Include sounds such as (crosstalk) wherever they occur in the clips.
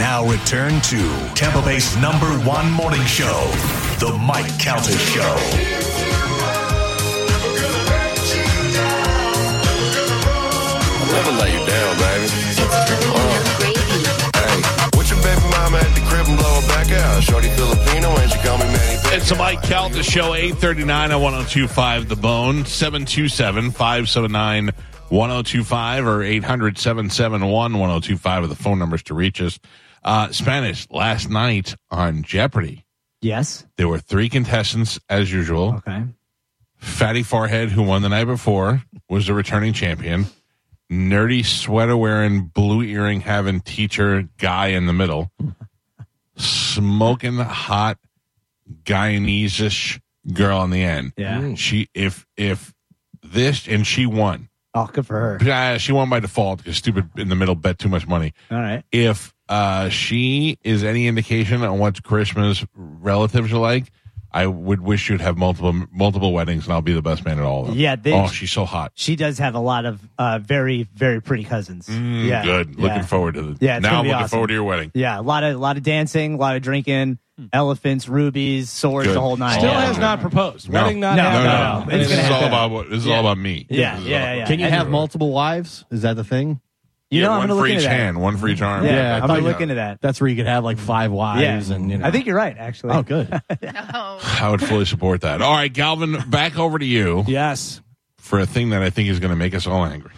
now return to Tampa Bay's number one morning show, The Mike Calter Show. I'll never let you down, baby. Uh, hey, with your baby mama at the crib and blow her back out. Shorty Filipino and she call me Manny. Pacquiao. It's the Mike Calta Show, 839 on 1025 The Bone, 727 579 1025 or 800 771 1025 are the phone numbers to reach us. Uh, Spanish, last night on Jeopardy, Yes. there were three contestants as usual. Okay. Fatty Forehead, who won the night before, was the returning champion. Nerdy sweater wearing, blue earring having teacher guy in the middle, smoking hot Guyanese girl on the end. Yeah. She if if this and she won. Oh, good for her. Ah, She won by default because stupid in the middle bet too much money. All right. If uh, she is any indication on what Krishna's relatives are like, I would wish you'd have multiple multiple weddings, and I'll be the best man at all of them. Yeah, they- oh, she's so hot. She does have a lot of uh, very, very pretty cousins. Mm, yeah. Good. Yeah. Looking forward to the. Yeah, it's now gonna I'm be looking awesome. forward to your wedding. Yeah, a lot of, a lot of dancing, a lot of drinking, elephants, rubies, swords, Good. the whole nine. Still yeah. has not proposed. No. Wedding not No, No, happened. no, no, no. It's This is gonna all happen. about what- this is all about me. Yeah, This is yeah, all- yeah. Can you And- have multiple wives? Is that the thing? You know, Yeah, I'm one gonna for look each into that. hand, one for each arm. Yeah, Yeah, I I'm gonna think- look into that. That's where you could have like five Yeah, wives, and you know. I think you're right. Actually, Oh, good. I would fully support that. All right, Galvin, back over (laughs) to you yes. for a thing that I think is going to make us all angry.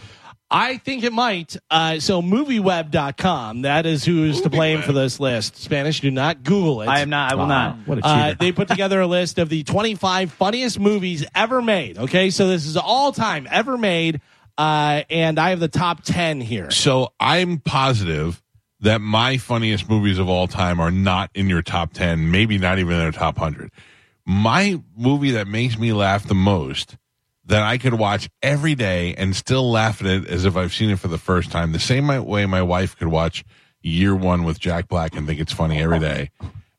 I think it might. Uh, so, movieweb.com, that is who's to blame for this list. Spanish, do not Google it. I am not. I will not. What uh, they put together a list of the 25 funniest movies ever made. Okay, so this is all time ever made, uh, and I have the top 10 here. So I'm positive that my funniest movies of all time are not in your top 10, maybe not even in your top 100. My movie that makes me laugh the most that I could watch every day and still laugh at it as if I've seen it for the first time, the same mi- way my wife could watch Year One with Jack Black and think it's funny every day.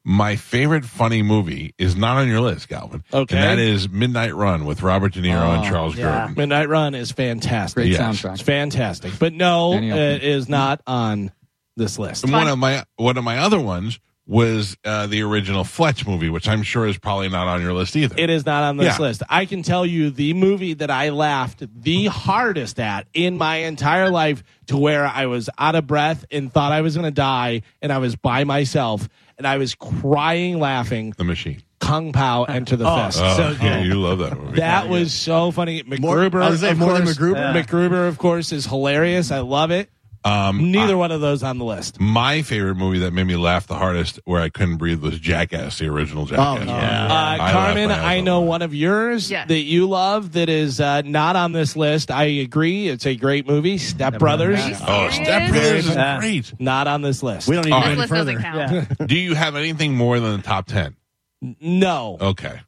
My favorite funny movie is not on your list, Galvin. Okay. And that is Midnight Run with Robert De Niro and Charles Grodin. Midnight Run is fantastic. Great Yes. It's soundtrack. fantastic. But no, uh, Any of it is not on this list. And one of my one of my other ones was uh, the original Fletch movie, which I'm sure is probably not on your list either. It is not on this Yeah. list. I can tell you the movie that I laughed the hardest at in my entire life to where I was out of breath and thought I was going to die and I was by myself and I was crying laughing the Machine. Kung Pao Enter the Fist. Oh, So yeah, you love that movie. that was so funny. McGruber, I was gonna say, of more than course. MacGruber? Yeah. MacGruber, of course, is hilarious. I love it. um, Neither one of those on the list. my favorite movie that made me laugh the hardest, where I couldn't breathe, was Jackass, the original Jackass. Oh, no. Uh, Yeah. laughed Carmen, my ass I off. know one of yours Yes. that you love that is uh, not on this list. I agree. It's a great movie. Step Brothers, Are you Oh, serious? Step Brothers is Yeah. great. not on this list. We don't need All to go right. any List doesn't further. count. Yeah. Do you have anything more than the top ten? no. Okay.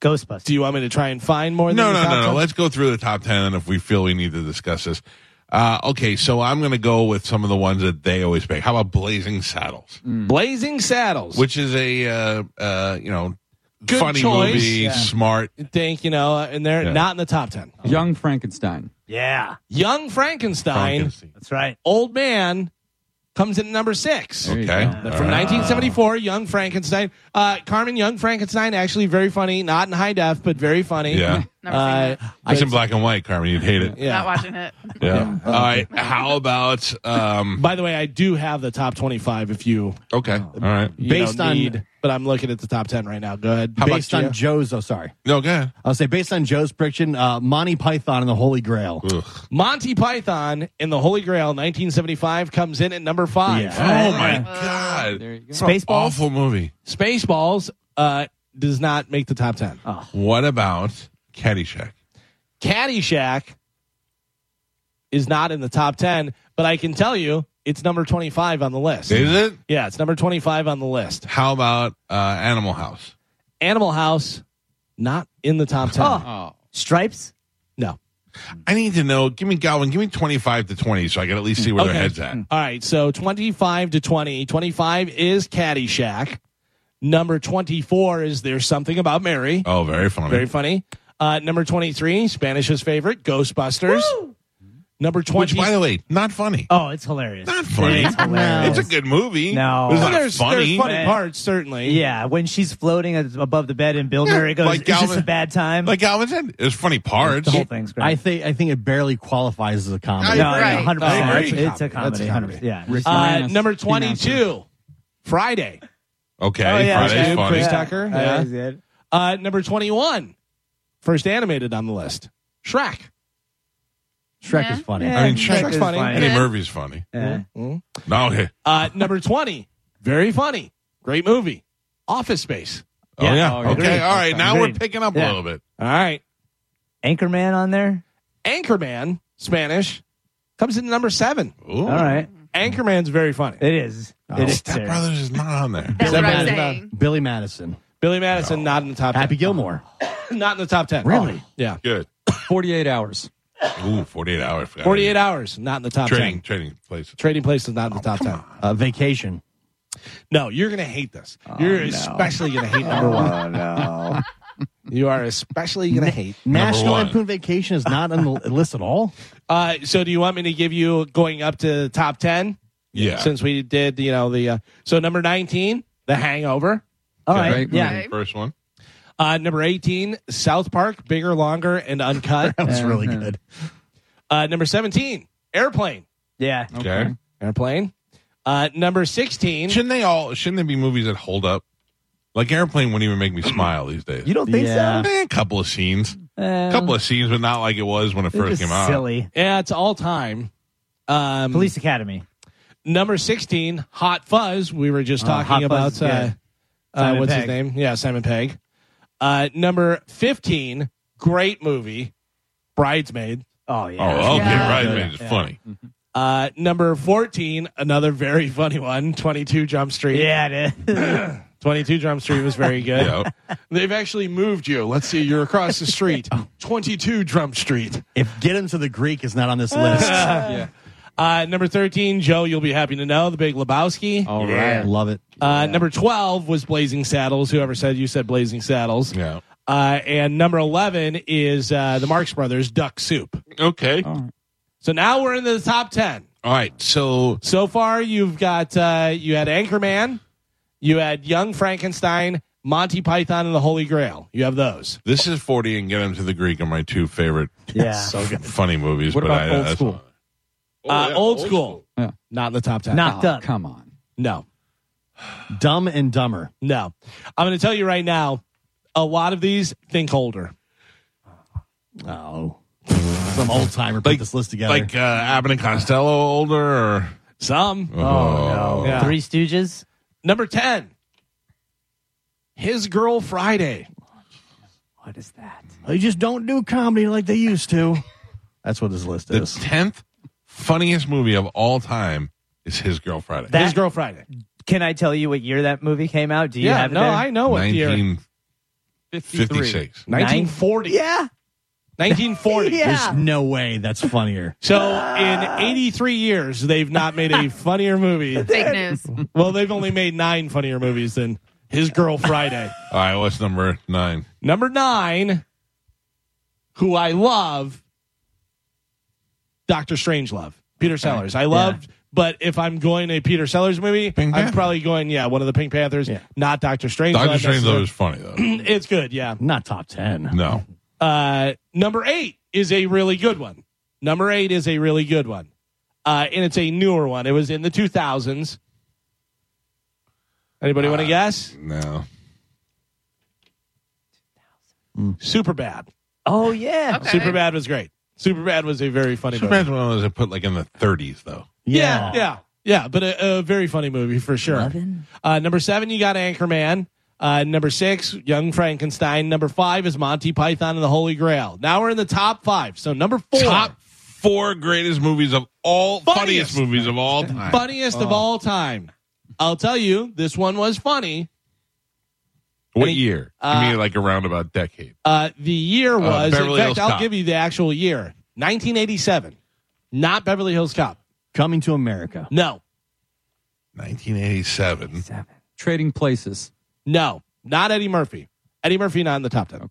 Ghostbusters. Do you want me to try and find more? Than No, these no, no, no. options? Let's go through the top ten, and if we feel we need to discuss this, uh, okay. So I'm going to go with some of the ones that they always pick. How about Blazing Saddles? Mm. Blazing Saddles. which is a uh, uh, you know Good funny choice. movie, Yeah. smart. I think you know, and they're Yeah. not in the top ten. Young Frankenstein. Yeah, Young Frankenstein, Frankenstein. that's right. old man, comes in at number six. There you Okay. go. From All right. 1974, Young Frankenstein. Uh, Carmen, Young Frankenstein, actually very funny. Not in high def, but very funny. Yeah, Never seen Uh, it. it's in black and white, Carmen. You'd hate it. Not yeah. watching (laughs) it. Yeah. All right. How about um? By the way, I do have the top 25 if you, Okay. All right. you based know, on, need, but I'm looking at the top 10 right now. Go ahead. How about Based Fuck on- you. you? you? you? Yeah. John on John Joe's. Oh, sorry. No. Go ahead. I'll say based on Joe's prediction, uh, Monty Python and the Holy Grail. Ugh. Monty Python and the Holy Grail, 1975, comes in at number five. Oh my God. There you go. Spaceballs. Awful movie. Spaceballs uh, does not make the top 10. What about Caddyshack? Caddyshack is not in the top 10, but I can tell you it's number 25 on the list. Is it? Yeah, it's number 25 on the list. How about uh, Animal House? Animal House, not in the top 10. Oh. Oh. Stripes. No. I need to know. Give me Galvin. Give me twenty-five to twenty, so I can at least see where Okay. Hmm. their heads at. All right, so 25 to 20. 25 is Caddyshack. Number 24 is There's Something About Mary. Oh, very funny. Very funny. Uh, number 23, Spanish's favorite, Ghostbusters. Number twenty. Which, by the way, not funny. Oh, it's hilarious. Not funny. It's hilarious. It's a good movie. No. Well, it's not Well, there's, funny. there's funny Man. parts certainly. yeah, when she's floating as- above the bed and Bill Murray goes, like "It's just Galvin- a bad time." Like Alvin said, there's funny parts. the whole thing's great. I think I think it barely qualifies as a comedy. no, Right. no, hundred I percent. agree. It's a That's comedy. a Hundred comedy. percent. Yeah. Rick Uh, Moranis, number Steve Austin. twenty-two, Friday. Okay, Oh, yeah, Friday's okay. funny. Chris Tucker, I yeah. always did. Uh, number twenty-one, first animated on the list, Shrek. Shrek Yeah. is funny. Yeah, I mean, Shrek Shrek's is funny. Eddie Murphy's funny. Yeah. No, okay. Uh, number twenty, very funny, great movie, Office Space. Oh yeah. Yeah. Okay. Agreed. All right. Now we're Agreed. picking up a Yeah. little bit. All right, Anchorman on there. Anchorman, Spanish, comes in number seven. Ooh. All right, Anchorman's very funny. it is. It is. Step serious. Brothers is not on there. That's Billy what I'm Madison. saying. Billy Madison. Billy Madison not in the top. Happy 10. Gilmore. not in the top ten. Really? Oh, yeah. Good. 48 hours. Ooh, 48 hours. Forgot Forty-eight about hours, not in the top that. Trading, ten. trading places. Trading Place is not in the top ten. Uh, vacation. No, you're gonna hate this. you're especially gonna hate number one. Oh no. (laughs) You are especially gonna hate. National one. Lampoon Vacation is not on the (laughs) list at all. Uh, so, do you want me to give you going up to the top ten? Yeah. Since we did, you know the uh, so number nineteen, The Hangover. All right. Right. Yeah. Okay. First one. Uh, number eighteen, South Park, bigger, longer, and uncut. That was really Mhm. good. Uh, number seventeen, Airplane. Yeah. Okay. Airplane. Uh, number sixteen. Shouldn't they all? Shouldn't there be movies that hold up? Like Airplane wouldn't even make me smile these days. You don't think Yeah. so? Eh, a couple of scenes, A a couple of scenes, but not like it was when it first came out. Silly. Yeah, it's all time. Um, Police Academy. Number 16, Hot Fuzz. We were just Oh, talking Hot about Fuzz is uh, good. uh, Simon what's his Pegg. name? Yeah, Simon Pegg. Uh, number 15, great movie, Bridesmaid. Oh Oh, yeah. okay, Yeah. right. Yeah. man, It's Yeah. funny. Uh, number 14, another very (laughs) funny one, 22 Jump Street. Yeah, it is. 22 Jump Street was very good. Yeah. They've actually moved you. Let's see, you're across (laughs) the street. 22 Jump Street. If Get Him to the Greek is not on this (laughs) list, yeah. Uh, number 13, Joe, you'll be happy to know, The Big Lebowski. Oh, All right. I love it. Uh, Number 12 was Blazing Saddles. Whoever said you said Blazing Saddles. Yeah. Uh, and number 11 is uh, the Marx Brothers Duck Soup. Okay. All right. So now we're into the top 10. All right. So So far, you've got, uh, you had Anchorman, you had Young Frankenstein, Monty Python, and the Holy Grail. You have those. this is 40 and get him to the Greek are my two favorite yeah. funny movies. What but about I, Old that's- School? uh, old, school. Yeah. Not in the top 10. Knocked Oh, up. Come on. No, Dumb and Dumber. no. I'm going to tell you right now, a lot of these think older. Oh. Some old timer put Like- this list together. Like uh, Abbott and Costello, older or Some. Oh no. Yeah. Three Stooges. Number 10, His Girl Friday. What is that? they just don't do comedy like they used to. That's what this list the is. tenth funniest movie of all time is His Girl Friday. That- His Girl Friday. Can I tell you what year that movie came out? Do you yeah, have it no, there? I know what year. 1956. 1940. Yeah. (laughs) 1940. Yeah. There's no way that's funnier. So in 83 years, they've not made (laughs) a funnier movie. Fake news. Well, they've only made nine funnier movies than His Girl Friday. All right, what's number nine? Number nine, who I love, Doctor Strangelove, Peter Sellers. I loved, but if I'm going a Peter Sellers movie, Pink I'm Panther. probably going, yeah, one of the Pink Panthers, Yeah. not Doctor Strangelove. Doctor Strange necessarily. is funny though. It's good, yeah. Not top 10. No, Uh, number eight is a really good one. Number eight is a really good one. Uh, and it's a newer one. It was in the 2000s. Anybody want to guess? no. Super bad. Oh yeah. Okay. Super bad was great. Super bad was a very funny Superman's movie. one of those I put like in the 30s though. Yeah, yeah, yeah. But a, a very funny movie for sure. Eleven. Uh, number seven, you got Anchorman. Uh, number six, Young Frankenstein. Number five is Monty Python and the Holy Grail. Now we're in the top five. So number four, Top four greatest movies of all funniest, Funniest. movies of all time. funniest Oh. of all time. I'll tell you, this one was funny. What year? uh, you mean like a roundabout decade? Uh, the year was, in Beverly fact, Hills I'll Cop. give you the actual year 1987. Not Beverly Hills Cop. Coming to America. No, 1987. Seven. Trading Places. no, not Eddie Murphy. Eddie Murphy not in the top 10.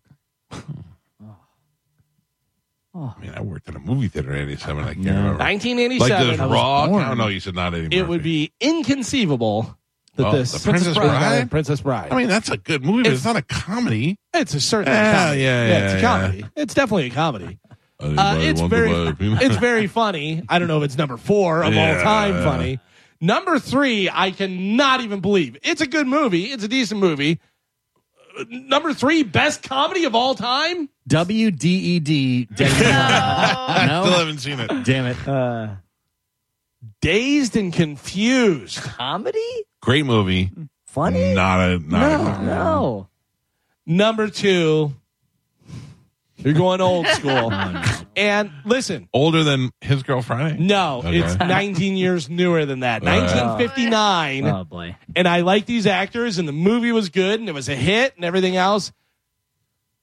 I mean, I worked at a movie theater in '87. I can't remember. 1987. like this I was raw. born. No, no, you said not Eddie Murphy. it would be inconceivable that Oh, this The Princess Princess Bride? Bride? Princess Bride. I mean, that's a good movie, but It's- it's not a comedy. it's a certain Yeah, comedy. yeah, it's a yeah, comedy. It's definitely a comedy. Uh, it's very, (laughs) it's very funny. I don't know if it's number four of all Yeah. time funny. Number three, I cannot even believe it's a good movie. It's a decent movie. Uh, Number three, best comedy of all time. WDED. Denny- I (laughs) still E no? haven't seen it. Damn it. Uh, Dazed and confused. Comedy? Great movie. Funny? Not a not No, a no. Number two, you're going (laughs) old school. and listen, older than his girl Friday. no, Okay. it's 19 years newer than that. All right. 1959. Oh, boy. and I like these actors, and the movie was good, and it was a hit, and everything else.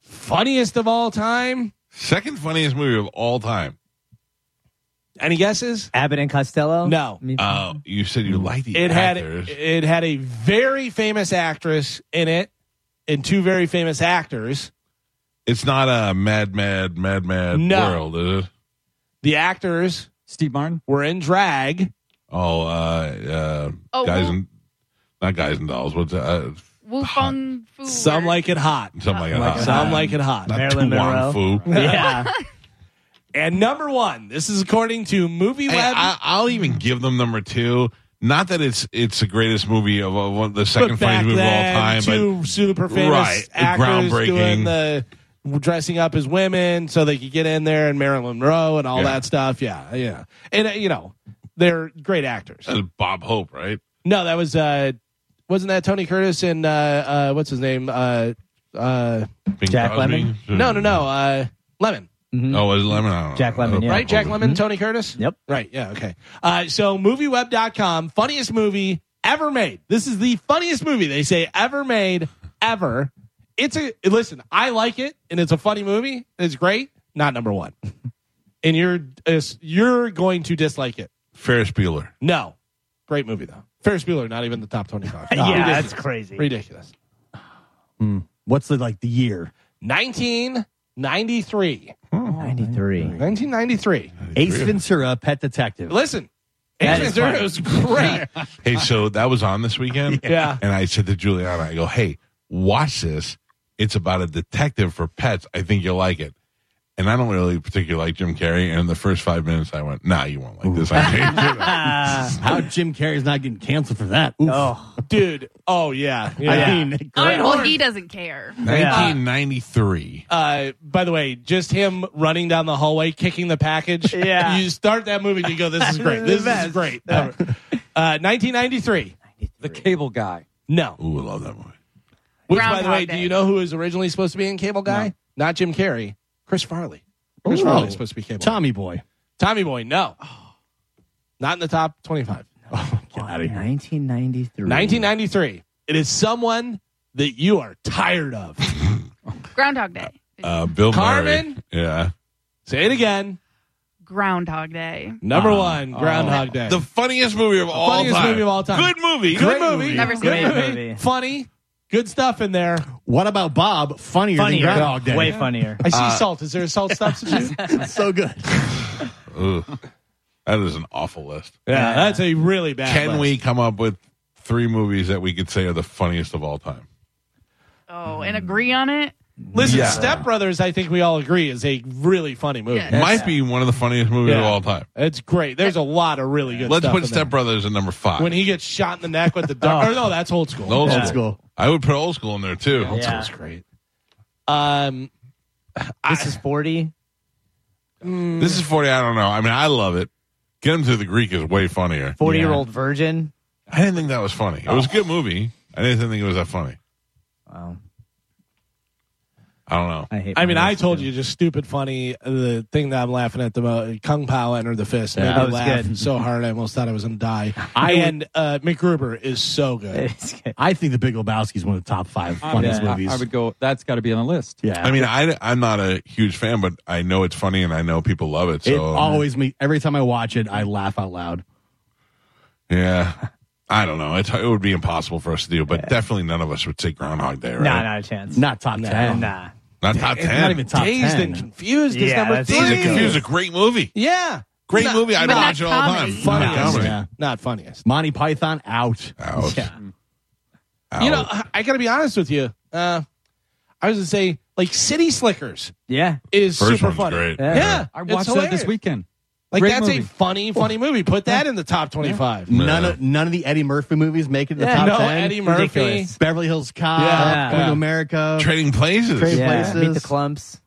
Funniest of all time. Second funniest movie of all time. Any guesses? Abbott and Costello. No. I mean, Oh, you said you liked the Mm-hmm. It had actors. it had a very famous actress in it, and two very famous actors. it's not a mad, mad, mad, mad No. world, is it? The actors Steve Martin. were in drag. Oh, uh, uh, Oh, guys well- and not guys and dolls. What's uh, Wu Fung Fu. Some or- like it hot. something like Like that? Some like it hot. not Marilyn Tuan Monroe. Fu. Yeah. And number one, this is according to Movie Hey, Web. I, I'll even give them number two. Not that it's it's the greatest movie of, of one- the second but funniest back movie then, of all time, two super famous Right, actors groundbreaking. doing the dressing up as women so they could get in there and Marilyn Monroe and all Yeah. that stuff. Yeah, yeah, and uh, you know they're great actors. but that was Bob Hope, right? No, that was uh, wasn't that Tony Curtis and uh, uh, what's his name? Uh, uh, Bing Jack Lemmon? no, no, no, uh, Lemon, Mhm. Oh, it was Lemon. I don't Jack know. Lemmon, yeah. mm-hmm. right? Jack Lemon, Tony Curtis. Yep. Right. Yeah. Okay. Uh, so movieweb.com, funniest movie ever made. This is the funniest movie they say ever made ever. It's a listen. I like it, and it's a funny movie. and It's great. Not number one. And you're is- you're going to dislike it. Ferris Bueller. No, great movie though. Ferris Bueller, not even the top twenty-five. (laughs) (laughs) yeah, ridiculous. that's crazy. ridiculous. What's the, like, the year? 1993. Oh, 93. 1993. Ace Ventura, Pet Detective. Listen, That Ace is Ventura funny. was great. Hey, (laughs) so that was on this weekend. Yeah. And I said to Juliana, I go, hey, watch this. It's about a detective for pets. I think you'll like it. And I don't really particularly like Jim Carrey. And in the first five minutes, I went, nah, you won't like this. I changed (laughs) it. Ah, How Jim Carrey's not getting canceled for that? Oof. oh, (laughs) Dude, oh yeah. yeah. I mean, I great. know he doesn't care. 1993. uh, by the way, just him running down the hallway, kicking the package. (laughs) Yeah. You start that movie and you go, this is great. this is great. Ever. Uh, 1993. The Cable Guy. No. Ooh, I love that movie. Which, by Groundhog the way, Day. do you know who was originally supposed to be in Cable Guy? Not Jim Carrey. Chris Farley. Chris Ooh. Farley is supposed to be Cable Guy. Tommy Boy. Tommy Boy, no. Not in the top 25. Get out of here. 1993. 1993. It is someone that you are tired of. (laughs) Groundhog Day. Uh, Bill Carmen? Murray. Yeah. Say it again. Groundhog Day. Number one, Groundhog Day. Ah, oh. The funniest movie of all funniest time. movie of all time. Good movie. Good movie. Never seen Good it. movie. Movie. Funny. Good stuff in there. What about Bob? Funnier, Funnier. than Groundhog Day. Way funnier. I see Uh, salt. Is there a salt (laughs) substitute? yeah, (laughs) so good. Ugh. That is an awful list. that's a really bad. Can list. we come up with three movies that we could say are the funniest of all time? Oh, and agree on it? listen? Yeah. Step Brothers, I think we all agree, is a really funny movie. Yeah. Might be one of the funniest movies of Yeah. all time. It's great. There's a lot of really good. Let's stuff put in Step Oh. there. Brothers at number five. When he gets shot in the (laughs) neck with the dart. Or no, that's old school. old, Old school. school. I would put old school in there too. Yeah. That's great. Um, This is 40. This is forty. I don't know. I mean, I love it. Get him to the Greek is way funnier. 40 year old virgin. I didn't think that was funny. It was a good movie. I didn't think it was that funny. Wow. I don't know. I hate I mean, my I list, told too. you just stupid funny. The thing that I'm laughing at the most, Kung Pao enter the fist. Yeah. made That me was laugh good. so hard I almost thought I was gonna die. and uh, McGruber is so (laughs) good. It's good. I think The Big Lebowski is one of the top five I funniest would- I- movies. I, would go. That's got to be on the list. yeah. I mean, I, I'm not a huge fan, but I know it's funny and I know people love it. So uh, it always me every time I watch it, I laugh out loud. yeah. I don't know. It's, it would be impossible for us to do, but definitely none of us would say Groundhog Day, right? Nah, not a chance. Not top ten. Nah. Not top It's ten. not even top Dazed 10. and confused is Yeah, number that's three. Dazed and Please. Confused is a great movie. Yeah, Great Not- movie. I'd but watch it all the time. comedy. Not Funniest. comedy. Yeah. not funniest. Monty Python out. Out. Yeah. Out. You know, I- I got to be honest with you. Uh, I was gonna say like City Slickers Yeah. is First super one's funny. great. Yeah, I it's watched that hilarious. this weekend. Like Great that's a movie. funny, funny movie. Put that in the top twenty-five. None of none of the Eddie Murphy movies make it to the Yeah, top no ten. Eddie Murphy. Ridiculous. Beverly Hills Cop, Yeah. Coming Yeah. to America, (laughs) Trading Places. Trading- Yeah. Meet the Places. clumps.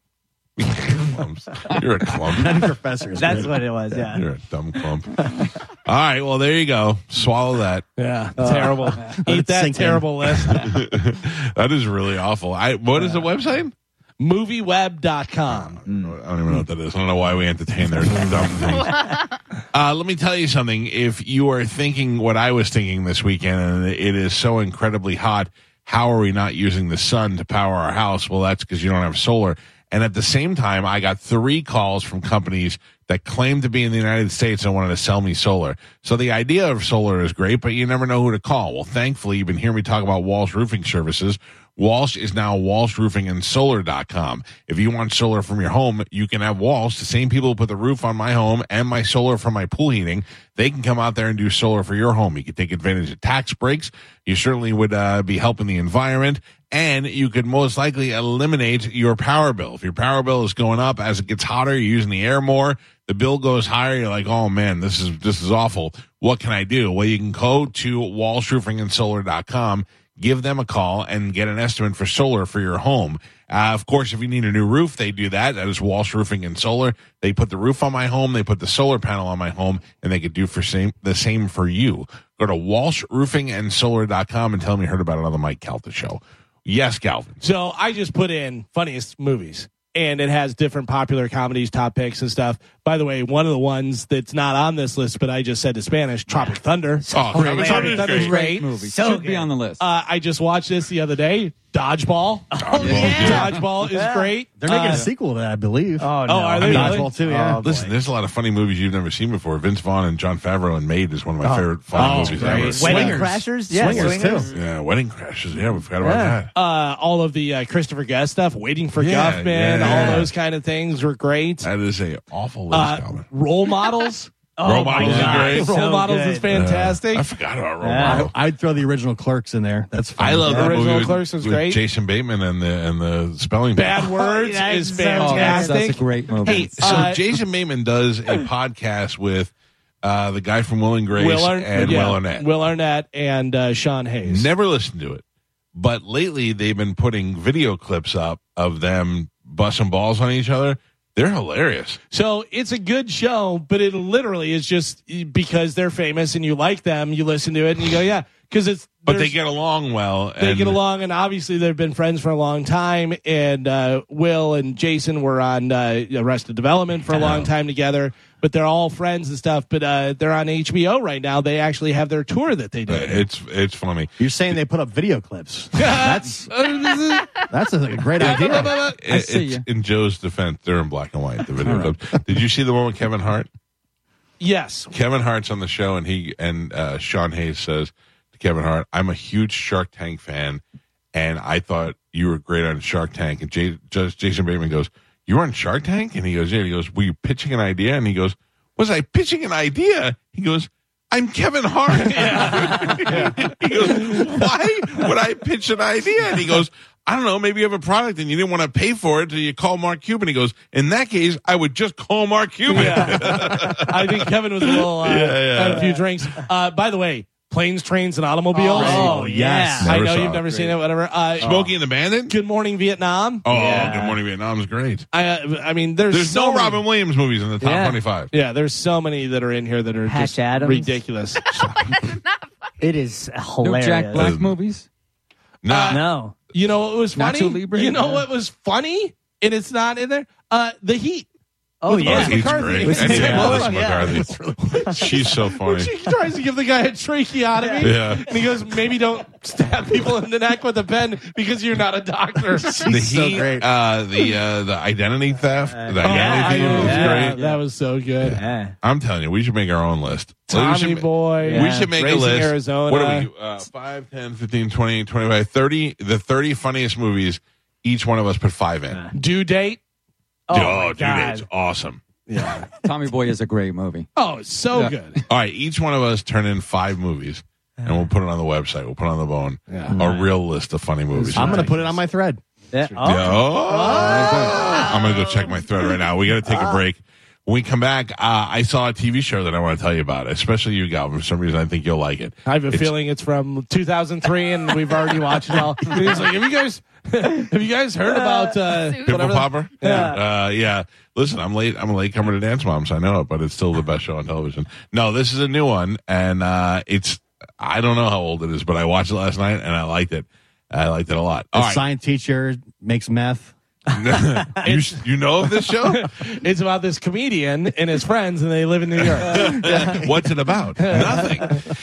Clumps. You're a Nutty clump. Professors. That's what it was. Yeah. You're a dumb clump. All right. Well, there you go. Swallow that. (laughs) Yeah, terrible. Eat it that sink in. terrible list. that is really awful. I what is the website? Movieweb.com. I don't even know what that is. I don't know why we entertain their dumb things. Uh, let me tell you something. If you are thinking what I was thinking this weekend, and it is so incredibly hot, how are we not using the sun to power our house? Well, that's because you don't have solar. And at the same time, I got three calls from companies that claim to be in the United States and wanted to sell me solar. So the idea of solar is great, but you never know who to call. Well, thankfully, you've been hearing me talk about Walsh Roofing Services. Walsh is now Walsh Roofing and Solar.com. If you want solar from your home, you can have Walsh, the same people who put the roof on my home and my solar from my pool heating. They can come out there and do solar for your home. You can take advantage of tax breaks. You certainly would uh, be helping the environment and you could most likely eliminate your power bill. If your power bill is going up as it gets hotter, you're using the air more, the bill goes higher, you're like, oh man, this is this is awful. What can I do? Well, you can go to wallsroofingandsolar.com, give them a call, and get an estimate for solar for your home. Uh, of course, if you need a new roof, they do that. That is Walsh Roofing and Solar. They put the roof on my home, they put the solar panel on my home, and they could do for same the same for you. Go to walshroofingandsolar.com and tell me you heard about it on the Mike Calta show. Yes, Calvin. So I just put in funniest movies. And it has different popular comedies, top picks, and stuff. By the way, one of the ones that's not on this list, but I just said to Spanish, Tropic Thunder. Oh, Tropic Tropic Thunder is Thunder is great. great. Movie So should be good. on the list. Uh, I just watched this the other day. (laughs) Dodgeball. Oh, yeah. Dodgeball is great. They're making Uh, a sequel to that, I believe. Oh, no. are they really? Dodgeball too. Yeah. Listen, there's a lot of funny movies you've never seen before. Vince Vaughn and John Favreau and Maid is one of my favorite funny Oh, movies great. ever. Wedding Swingers. Crashers? Yeah. Swingers, Swingers. too. Yeah, Wedding Crashes. Yeah, we forgot about Yeah. that. uh, all of the uh, Christopher Guest stuff, Waiting for Yeah, Guffman, yeah. all those kind of things were great. That is a awful list, Uh, Calvin. role models. Oh, Role models is great. Role So models good. is fantastic. Uh, I forgot about Role Yeah. Model. I'd throw the original Clerks in there. That's fun. I love The that original movie Clerks with, was with great. Jason Bateman and the and the spelling bee. Bad Words yeah, is it's so good. Oh, that's, that's fantastic. a great movie. Hey, So Uh, Jason Bateman does (laughs) a podcast with uh, the guy from Will and Grace Will Arn- and yeah, Will Arnett. Will Arnett and uh, Sean Hayes. Never listened to it, but lately they've been putting video clips up of them busting balls on each other. They're hilarious. So it's a good show, but it literally is just because they're famous and you like them, you listen to it and you go, yeah, because it's. But they there's- get along well. they and- get along, and obviously they've been friends for a long time. And uh, Will and Jason were on uh, Arrested Development for a long time together, but they're all friends and stuff. But uh, they're on HBO right now. They actually have their tour that they Uh, (laughs) did. It's it's funny. You're saying they put up video clips. (laughs) that's that's (laughs) a great idea. It- see it's ya. in Joe's defense. They're in black and white. (laughs) The video clips. Did you see the one with Kevin Hart? yes, Kevin Hart's on the show, and he and uh, Sean Hayes says to Kevin Hart, "I'm a huge Shark Tank fan, and I thought you were great on Shark Tank." And Jay, just Jason Bateman goes, "You were on Shark Tank?" And he goes, "Yeah." And he goes, "Were you pitching an idea?" And he goes, "Was I pitching an idea?" He goes. I'm Kevin Hart. (laughs) he goes, Why would I pitch an idea? And he goes, I don't know, maybe you have a product and you didn't want to pay for it, so you call Mark Cuban. He goes, In that case, I would just call Mark Cuban. I think Kevin was a little uh, Yeah, yeah. had a few drinks. Uh, by the way, planes, trains, and automobiles. Oh, yes. I Never know saw you've it. never seen it. Whatever. (laughs) Uh, Smokey and the Bandit? Good Morning Vietnam. Oh, Yeah. Good Morning Vietnam is great. I, uh, I mean, there's There's so no many- Robin Williams movies in the top Yeah. 25. Yeah, there's so many that are in here that are Patch just Adams. (laughs) ridiculous. It is no hilarious. Jack Uh, Black movies. No, Uh, No. You know what was Nacho funny? Libre, you know yeah. what was funny? And it's not in there. Uh, the Heat. Oh, With Melissa yeah. he's McCarthy. great. It's I need to so call this funny. McCarthy. She's so When funny. she tries to give the guy a tracheotomy, Yeah. and he goes, "Maybe don't stab people in the neck with a pen because you're not (laughs) a doctor." The so Heat, great. uh, the uh, the identity theft, the identity I- theft was Oh, yeah, great. that was so good. Yeah. I'm telling you, we should make our own list. we Tommy should, ma- Boy. we should make Raising a list. Arizona. What do we do? Uh, 5, 10, 15, 20, 25, 30. The 30 funniest movies Each one of us put five in. Due date. Uh, Oh, my dude, God. it's awesome. Tommy Boy is a great movie. Oh, it's so Yeah. good. All right, each one of us turn in five movies, and we'll put it on the website. We'll put it on the bone. Yeah. A real list of funny movies. I'm going to put it on my thread. Yeah. Oh, Yeah. Oh. I'm going to go check my thread right now. We got to take a break. When we come back, uh, I saw a TV show that I want to tell you about, especially you, Galvin. For some reason, I think you'll like it. I have a It's- feeling it's from 2003, and we've already watched (laughs) it all. And he's like, "Have you guys, (laughs) have you guys heard about uh, Suits. Pimple whatever the- Popper? Yeah. Uh, yeah. Listen, I'm late. I'm a late comer to Dance Moms. I know it, but it's still the best show on television. No, this is a new one, and uh, it's I don't know how old it is, but I watched it last night and I liked it. I liked it a lot. A All right. science teacher makes meth. you, you know of this show? (laughs) It's about this comedian and his friends, and they live in (laughs) New York. What's it about? Nothing.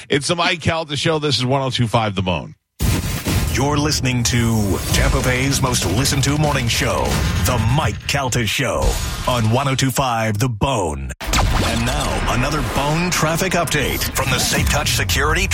It's the Mike Calta show. This is 1025 The Bone. You're listening to Tampa Bay's most listened to morning show, The Mike Calta Show, on 1025 The Bone. And now, another bone traffic update from the Safe Touch Security